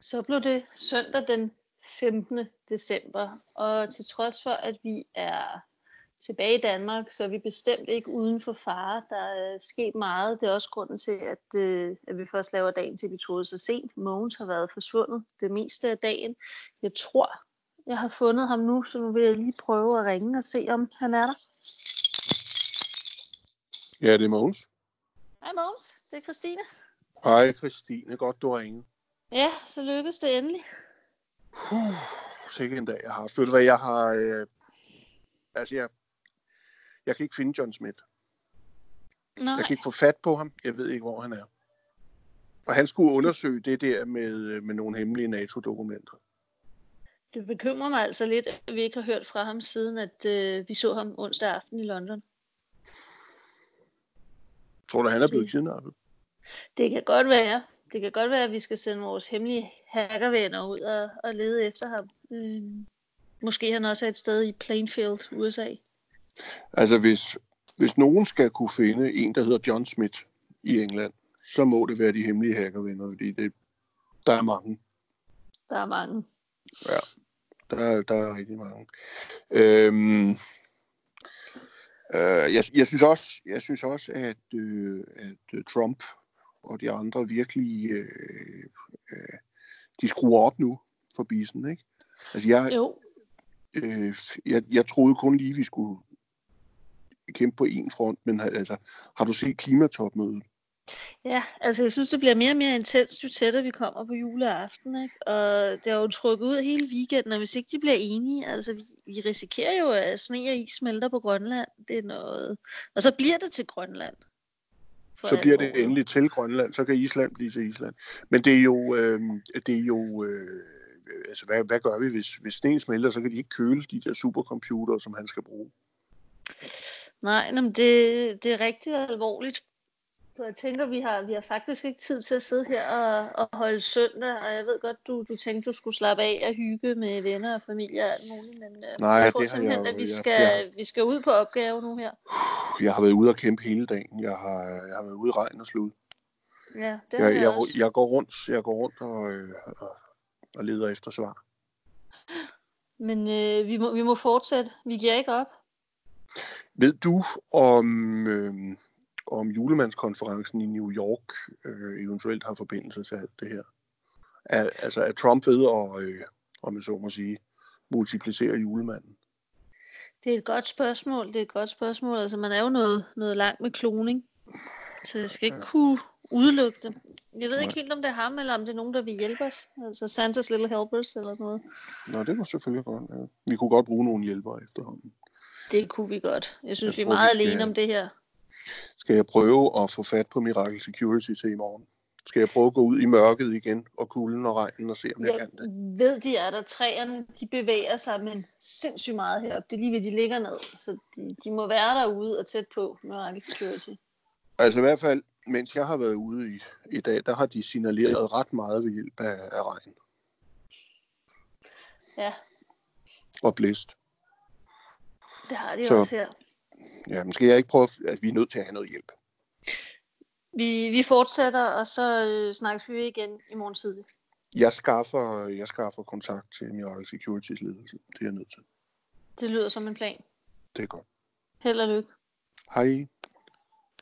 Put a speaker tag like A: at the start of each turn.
A: Så blev det søndag den 15. december, og til trods for, at vi er tilbage i Danmark, så er vi bestemt ikke uden for fare. Der er sket meget. Det er også grunden til, at, øh, at vi først laver dagen til, vi troede så sent. Mogens har været forsvundet det meste af dagen. Jeg tror, jeg har fundet ham nu, så nu vil jeg lige prøve at ringe og se, om han er der.
B: Ja, det er Mogens.
A: Hej Mogens, det er Christine.
B: Hej Christine, godt du har ringet.
A: Ja, så lykkedes det endelig.
B: Puh, sikke en dag jeg har. Føler jeg har... Øh, altså, jeg, jeg kan ikke finde John Smith.
A: Nej,
B: Jeg kan ikke få fat på ham. Jeg ved ikke, hvor han er. Og han skulle undersøge det der med, øh, med nogle hemmelige NATO-dokumenter.
A: det bekymrer mig altså lidt, at vi ikke har hørt fra ham siden, at øh, vi så ham onsdag aften i London.
B: Tror du, han er blevet kidnappet?
A: Det kan godt være. Det kan godt være, at vi skal sende vores hemmelige hackervenner ud og, og lede efter ham. Øh, måske han også er et sted i Plainfield, USA.
B: Altså, hvis, hvis nogen skal kunne finde en, der hedder John Smith i England, så må det være de hemmelige hackervenner, fordi det, der er mange.
A: Der er mange.
B: Der, er- der er rigtig mange. Øhm, øh, jeg, jeg, synes også, jeg synes også, at, øh, at øh, Trump og de andre virkelig, øh, øh, de skruer op nu for bisen, ikke? Altså, jeg,
A: Jo,
B: øh, jeg, jeg troede kun lige, vi skulle kæmpe på én front, men har- altså, har du set klimatopmødet?
A: ja. Altså, jeg synes, det bliver mere og mere intenst, jo tættere vi kommer på juleaften. Ikke? Og det er jo trukket ud hele weekenden, og hvis ikke de bliver enige, altså, vi, vi risikerer jo, at sne og is smelter på Grønland. Det er noget... Og så bliver det til Grønland. For
B: så bliver
A: alvor.
B: det endelig til Grønland, så kan Island blive til Island. Men det er jo, øh, det er jo øh, altså hvad, hvad gør vi, hvis, hvis sneen smelter, så kan de ikke køle de der supercomputere, som han skal bruge.
A: Nej, nå, men det, det er rigtig alvorligt. Så jeg tænker, vi har, vi har faktisk ikke tid til at sidde her og, og holde søndag, og jeg ved godt, du, du tænkte, du skulle slappe af og hygge med venner og familie og alt muligt, men øh,
B: Nej,
A: jeg
B: det
A: tror
B: har jeg
A: simpelthen,
B: jo-
A: at vi
B: jeg-
A: skal,
B: jeg-
A: vi skal ud på opgave nu her.
B: Jeg har været ude og kæmpe hele dagen. Jeg har, jeg har været ude i regn og slud.
A: Ja, det har
B: Jeg,
A: jeg,
B: jeg,
A: også.
B: jeg går rundt, jeg går rundt og, øh, og, og leder efter svar.
A: Men øh, vi, må, vi må fortsætte. Vi giver ikke op.
B: Ved du om, øh, om julemandskonferencen i New York øh, eventuelt har forbindelse til alt det her? Er, altså er Trump ved at, øh, om man så må sige, multiplicere julemanden?
A: Det er et godt spørgsmål. Det er et godt spørgsmål. Altså, man er jo noget, noget langt med kloning, så jeg skal ikke kunne udelukke det. Jeg ved
B: Nej.
A: ikke helt, om det er ham, eller om det er nogen, der vil hjælpe os. Altså Santa's Little Helpers eller noget.
B: Nå, det var selvfølgelig godt. Ja. Vi kunne godt bruge nogle hjælpere efterhånden.
A: Det kunne vi godt. Jeg synes,
B: Jeg
A: jeg vi er
B: tror, vi
A: meget
B: skal-
A: alene om det her.
B: Skal jeg prøve at få fat på Miracle Security til i morgen? Skal jeg prøve at gå ud i mørket igen og kulden og regnen og se, om jeg
A: Jeg
B: kan det?
A: ved, de er der. Træerne de bevæger sig, men sindssygt meget heroppe. Det er lige ved, de ligger ned. Så de, de må være derude og tæt på med Rocket Security.
B: Altså i hvert fald, mens jeg har været ude i, i dag, der har de signaleret ret meget ved hjælp af, af regn
A: Ja,
B: og blæst.
A: det har de
B: Så-
A: så. også her.
B: Jamen skal jeg ikke prøve, at altså, vi er nødt til at have noget hjælp.
A: Vi, vi fortsætter, og så øh, snakkes vi igen i morgen tidlig.
B: Jeg skaffer, jeg skaffer kontakt til Miracle Securities ledelse. Det er jeg nødt til.
A: Det lyder som en plan.
B: Det er godt.
A: Held og lykke.
B: Hej.